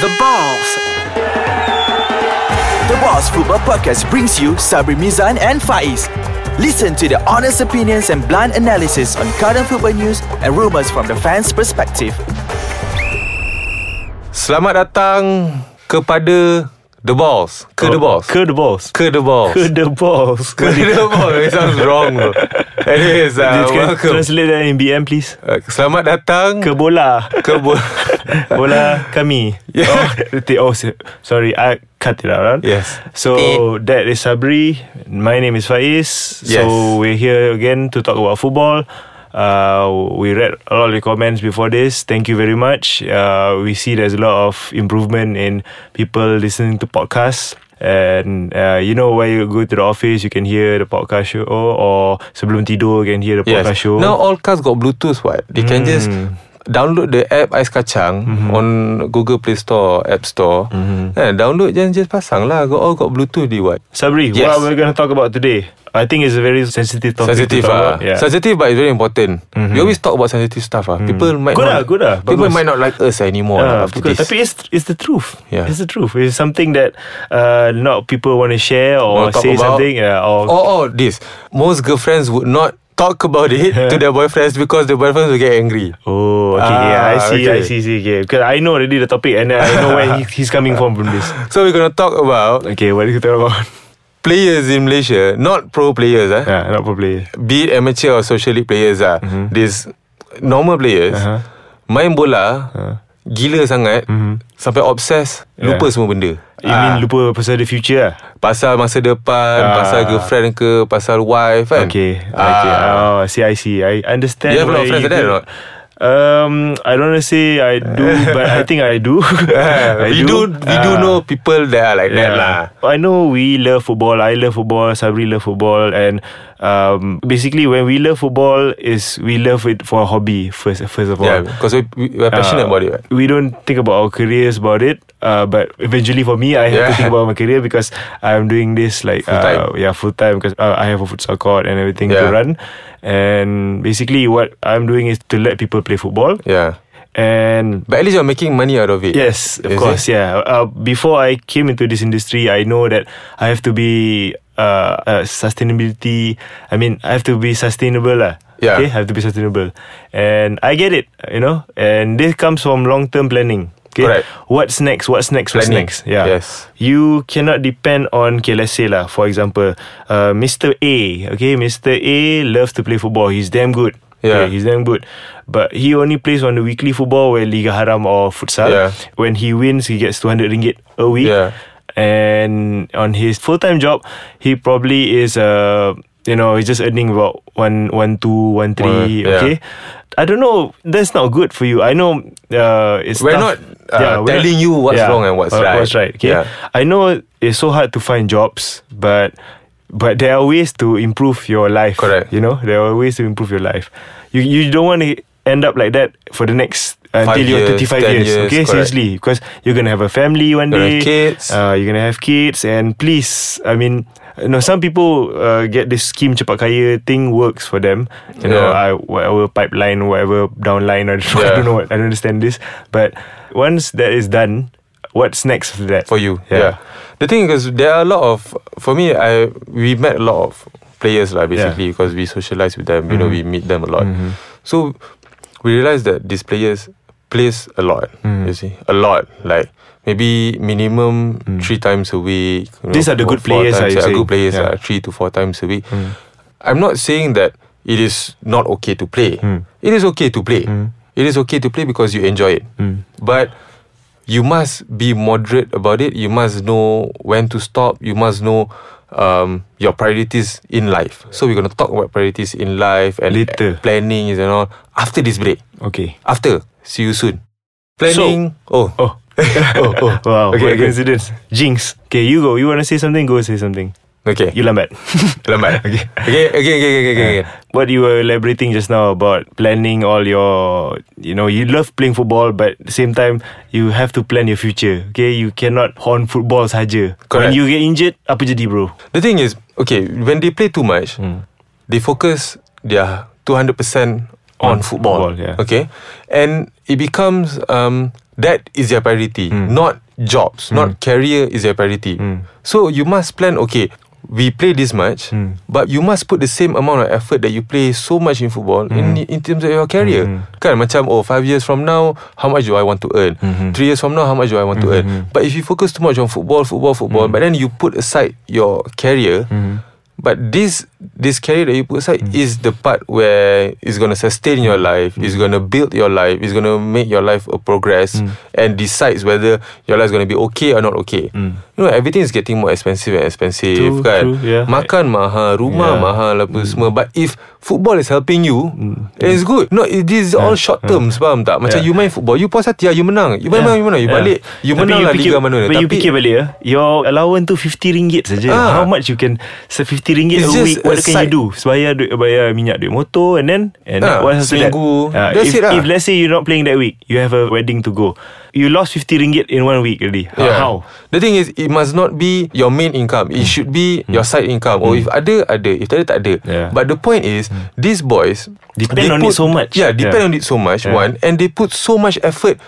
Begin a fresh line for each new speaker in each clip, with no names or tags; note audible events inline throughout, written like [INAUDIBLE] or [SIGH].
The Balls.
The Boss Football Podcast brings you Sabri Mizan and Faiz. Listen to the honest opinions and blunt analysis on current football news and rumors from the fans' perspective.
Selamat
[LAUGHS]
datang kepada The Balls. Ke The Balls.
Ke the boss.
Ke The Balls.
Ke the boss.
Ke The Balls. [LAUGHS] It sounds wrong bro. Anyways, uh,
Just can
welcome.
Translate that in BM please.
Uh, selamat datang
Ke bola.
ke bo-
[LAUGHS] bola kami.
Yeah.
Oh, t- oh, so- sorry. I cut it out. Right?
Yes.
So that is Sabri. My name is Faiz.
Yes.
So we're here again to talk about football. Uh, we read a lot of the comments before this. Thank you very much. Uh, we see there's a lot of improvement in people listening to podcasts. And uh, you know when you go to the office, you can hear the podcast show, or sebelum tidur, you can hear the podcast
Yes.
show. Hmm.
Now all cars got Bluetooth what? They can just download the app Ais Kacang
Mhm.
on Google Play Store, App Store. Eh, download je just pasang lah. Got all got Bluetooth di what?
Sabri,
Yes.
what we're going to talk about today, I think is a very sensitive topic.
Sensitive
to talk
ah.
about. Yeah. Mhm.
Sensitive but it's very important. We always talk about sensitive stuff ah. People might
Good
not,
ah, good ah.
People
Bagus.
might not like us anymore
Ah,
ah, after
because-
this.
Tapi it's, it's the truth.
Yeah.
It's the truth. It's something that uh, not people want to share or
Wanna talk
say
about-
something. Yeah, or
or, or this most girlfriends would not talk about it to their boyfriends because the boyfriends will get angry
oh, okay, yeah, I
Ah,
see,
okay.
I see, see. Okay. Because I know already the topic and I know where he, he's coming from from
[LAUGHS]
this.
so we're going to talk about
Okay, what are you talking about?
players in Malaysia not pro players ah,
yeah, not probably.
be it amateur or social league players ah, these normal players
Uh-huh. Mm-hmm.
main bola gila sangat sampai obses
Yeah.
lupa semua benda Ah,
You mean lupa pasal the future? ah?
pasal masa depan
Ah.
pasal girlfriend ke pasal wife kan
Okay, okay.
Ah.
Oh, I see, I see. I understand.
You have a lot of
where
friends
you
like that
go.
or not?
Um, I don't want to say
[LAUGHS]
I do, but I think I do. I
we do, we do
Ah.
know people that are like that lah
I know we love football. I love football. Sabri love football. And um, basically, when we love football, is we love it for a hobby first. First of all,
yeah because we, we are passionate
Uh,
about it right?
We don't think about our careers about it. Uh, but eventually, for me, I have to
Yeah.
think about my career because I'm doing this like
Full-time.
Uh, yeah full time because uh, I have a futsal court and everything
Yeah.
to run. And basically, what I'm doing is to let people play football
yeah
and
But at least you're making money out of it.
Yes, of
Is
course.
it?
Yeah. Uh, before I came into this industry, I know that I have to be uh, uh sustainability. I mean, I have to be sustainable, lah.
Yeah.
Okay, I have to be sustainable, and I get it. You know, and this comes from long-term planning. Okay.
Correct.
What's next? What's next? What's
Planning.
next? Yeah.
Yes.
You cannot depend on, okay, let's say lah, for example, uh, Mr. A. Okay, Mr. A loves to play football. He's damn good.
Yeah.
Okay, he's damn good. But he only plays on the weekly football where Liga Haram or futsal.
Yeah.
When he wins, he gets 200 ringgit a week.
Yeah.
And on his full time job, he probably is, uh, you know, he's just earning about one, one, two, one, three.
One, yeah.
Okay. I don't know. That's not good for you. I know uh, it's
We're not,
tough.
uh, telling you what's wrong and what's
what-
right.
What's right. Okay.
Yeah.
I know it's so hard to find jobs, but but there are ways to improve your life.
Correct.
You know, there are ways to improve your life. You you don't want to end up like that for the next uh, until you're
years,
35
10
years.
years,
okay,
correct.
seriously, because you're gonna have a family one
Gonna
day.
have kids.
Uh, you're gonna have kids, and please, I mean. You know, some people uh, get this scheme cepat kaya thing works for them. You know,
Yeah.
I, whatever pipeline, whatever downline, I don't, know, [LAUGHS] I
Yeah.
don't know what, I don't understand this. But once that is done, what's next for that?
For you. Yeah. The thing is there are a lot of for me I we met a lot of players like basically because we socialize with them, you know,
Mm-hmm.
we meet them a lot. So we realize that these players plays a lot.
Mm-hmm.
You see? A lot. Like maybe minimum three times a week. you
Mm. These are the
four-
good
four
players,
times,
are you
yeah,
saying?
good players
Yeah. Mm.
are three to four times a week. I'm not saying that it is not okay to play. It is okay to play. It is okay to play because you enjoy it. But you must be moderate about it. You must know when to stop. You must know um, your priorities in life. So we're gonna talk about priorities in life and
Later.
planning and all after this break.
Okay.
After, see you soon. Planning. oh,
Oh. [LAUGHS]
oh, oh.
Wow.
[LAUGHS] Okay,
what a
okay.
coincidence. Jinx. Okay, you go. You want to say something? Go say something.
okay.
[LAUGHS] You lambat.
[LAUGHS]
[LAUGHS]
Lambat. Okay. Okay, okay, okay, okay, okay. okay.
what you were elaborating just now about planning all your you know you love playing football but at the same time you have to plan your future okay you cannot horn football saja
Correct.
when you get injured apa jadi bro
The thing is, okay, when they play too much, they focus their 200% on,
On
football.
football, yeah.
Okay? And it becomes um, That is their priority,
Hmm.
not jobs, not career is their priority. So you must plan. Okay, we play this much,
Hmm.
but you must put the same amount of effort that you play so much in football
Hmm.
in in terms of your career. Kan macam oh five years from now, how much do I want to earn?
Hmm.
Three years from now, how much do I want to earn? But if you focus too much on football, football, football,
Hmm.
but then you put aside your career. But this this career that you put aside
Mm.
is the part where it's gonna sustain your life, it's
Mm.
gonna build your life, it's gonna make your life a progress and decides whether your life's gonna be okay or not okay. You know, everything is getting more expensive and expensive,
Mm. True,
kan?
true, yeah.
Makan mahal, rumah
Yeah. Mm.
mahal apa semua. But if football is helping you, then it's good. No, it, this is all short terms, faham tak? Macam
Yeah.
you main football, you puas hati lah, you menang. You main,
Yeah.
you menang, you
Yeah.
balik, you
Tapi
menang lah
fikir-
liga mana.
But you fikir balik ya Your allowance tu 50 ringgit saja.
Ah.
How much you can So 50 ringgit
It's
a
just
week
a
What can you
side-
do Bayar duit Bayar minyak duit motor And then And
Ah,
then what else after that?
seminggu.
Ah,
That's
if,
it lah.
If let's say you're not playing that week You have a wedding to go You lost 50 ringgit In one week already How- Uh, How Hmm.
The thing is It must not be Your main income It should be Your side income Or if ada Ada If tak ada tak ada
Yeah. Hmm.
But the point is These boys
Depend
they
on it so much.
Yeah depend
Yeah.
on it so much
Yeah.
One And they put so much effort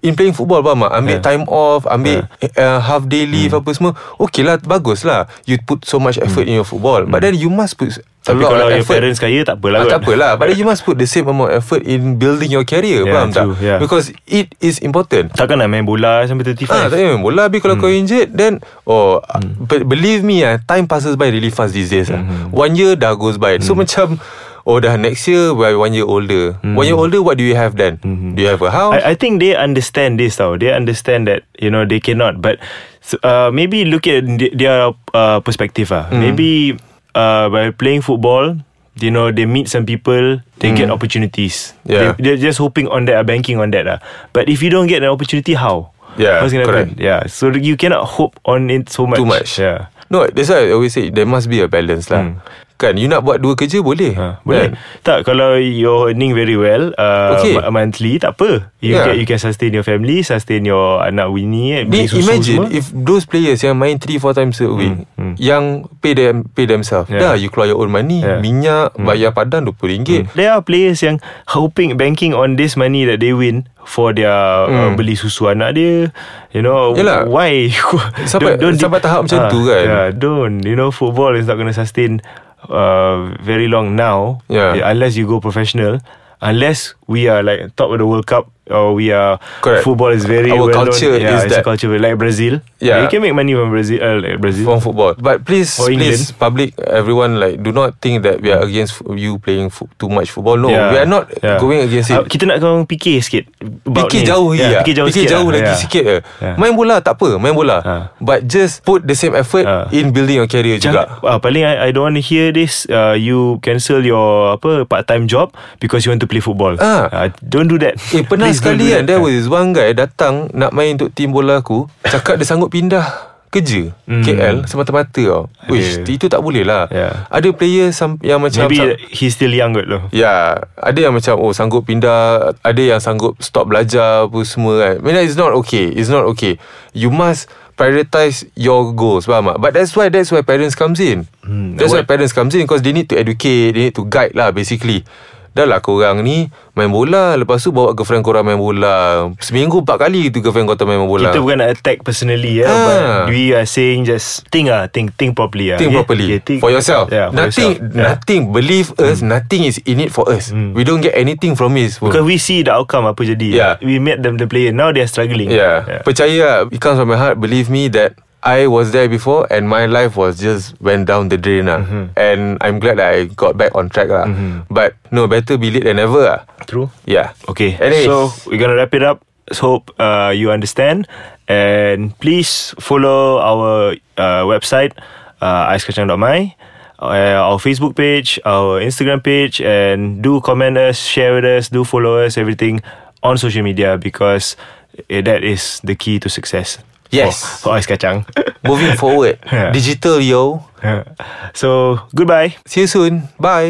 In playing football Faham tak Ambil
Yeah. Hmm.
time off Ambil uh, Half day leave Apa semua Okay lah Bagus lah You put so much effort In your football But then you must put A
Hmm. Tapi
lot
kalau
of
your
effort
parents kaya Tak apalah
Ah,
kot.
tak apalah But then you must put the same amount of effort In building your career
Yeah,
Faham tak
true, yeah.
Because it is important
Takkan nak main bola Sampai 35
Ah, tak payah main bola Habis kalau
Hmm.
kau injured Then Oh hmm. Believe me ah, Time passes by really fast these days ah.
Hmm.
One year dah goes by So macam Oh dah next year we are One year older One year older What do you have then Do you have a house
Hmm. I, I think they understand this tau. They understand that you know they cannot. But so, uh, maybe look at th- their uh, perspective ah.
Hmm.
Maybe uh, by playing football, you know they meet some people, they get opportunities.
Hmm. Yeah.
They, they're just hoping on that, ah, banking on that ah. But if you don't get an opportunity, how?
Yeah,
What's gonna
correct.
happen? Yeah. So you cannot hope on it so much.
Too much.
Yeah. Hmm.
No that's why I always say There must be a balance lah Kan you nak buat dua kerja boleh
Ha,
Kan?
boleh. Tak kalau you're earning very well uh,
Okay.
okay. monthly tak apa.
Yeah.
You yeah. can you can sustain your family, sustain your anak Winnie eh,
Ni
beli susu
imagine
semua. Hmm.
if those players yang main 3 4 times a week mm, yang pay them pay themselves.
Yeah.
Dah you keluar your own money,
Yeah. Hmm.
minyak, bayar padan RM20.
There are players yang hoping banking on this money that they win for their
Hmm.
uh, beli susu anak dia. You know
Yelah.
why [LAUGHS]
Sampai- sampai tahap macam tu kan?
Ah, Yeah, don't. You know football is not going to sustain uh, very long now.
Yeah.
Unless you go professional. Unless we are like top of the World Cup or we are
Correct.
football is very
Our
well
culture
known. Yeah,
is
it's
that.
a culture like Brazil.
Yeah.
you can make money from Brazil. Uh, like Brazil.
from football. But please,
Or
please,
England.
public, everyone, like, do not think that we are against f- you playing fo- too much football. No,
Yeah.
Oh, we are not
Yeah.
going against
Ah,
it.
Kita nak korang fikir sikit about
Fikir
ni.
jauh
yeah,
yeah,
Fikir jauh,
fikir
sikit
jauh
lah.
lagi
Yeah.
sikit je.
Yeah.
Main bola tak apa, main bola.
Ah.
But just put the same effort
Ah.
in building your career juga.
Jangan, ah, paling I, I don't want to hear this. Uh, you cancel your apa part-time job because you want to play football.
Ah.
Uh, don't do that.
Eh pernah
Please don't
sekali
do
kan
that. Uh,
There was this one guy Datang nak main untuk tim bola aku Cakap dia sanggup pindah Kerja
Hmm.
mm. KL Semata-mata tau Wish
Ada.
Itu tak boleh lah
Yeah.
Ada player some, Yang macam
Maybe
some-
he's still young kot loh.
Ya Ada yang macam Oh sanggup pindah Ada yang sanggup Stop belajar Apa semua kan I mean it's not okay It's not okay You must Prioritize your goals Faham tak But that's why That's why parents comes in hmm, That's why
what-
parents comes in Because they need to educate They need to guide lah basically Dah lah korang ni Main bola Lepas tu bawa girlfriend korang main bola Seminggu empat kali tu girlfriend kau tak main bola
Kita bukan nak attack personally ya,
Ah.
but we are saying just think ah, think think properly ah.
Think
okay?
properly
Okay, think-
For yourself
Yeah, for
Nothing
yourself. Yeah. Hmm.
Nothing Believe us Nothing is in it for us We don't get anything from it
Because we see the outcome apa jadi.
Yeah.
We met them the player. Now they are struggling.
Yeah. Percaya lah, It comes from my heart Believe me that I was there before And my life was just Went down the drain lah
Mm-hmm.
And I'm glad that I got back on track lah But no better be late than never lah
True.
Yeah
Okay,
Anyways,
so we're gonna wrap it up. Let's hope uh, you understand, and please follow our uh, website, uh, icekacang.my, uh, our Facebook page, our Instagram page, and do comment us, share with us, do follow us, everything on social media because eh, that is the key to success.
Yes.
for, for Ais Kacang. [LAUGHS]
Moving forward
Yeah.
Digital yo
so goodbye.
See you soon Bye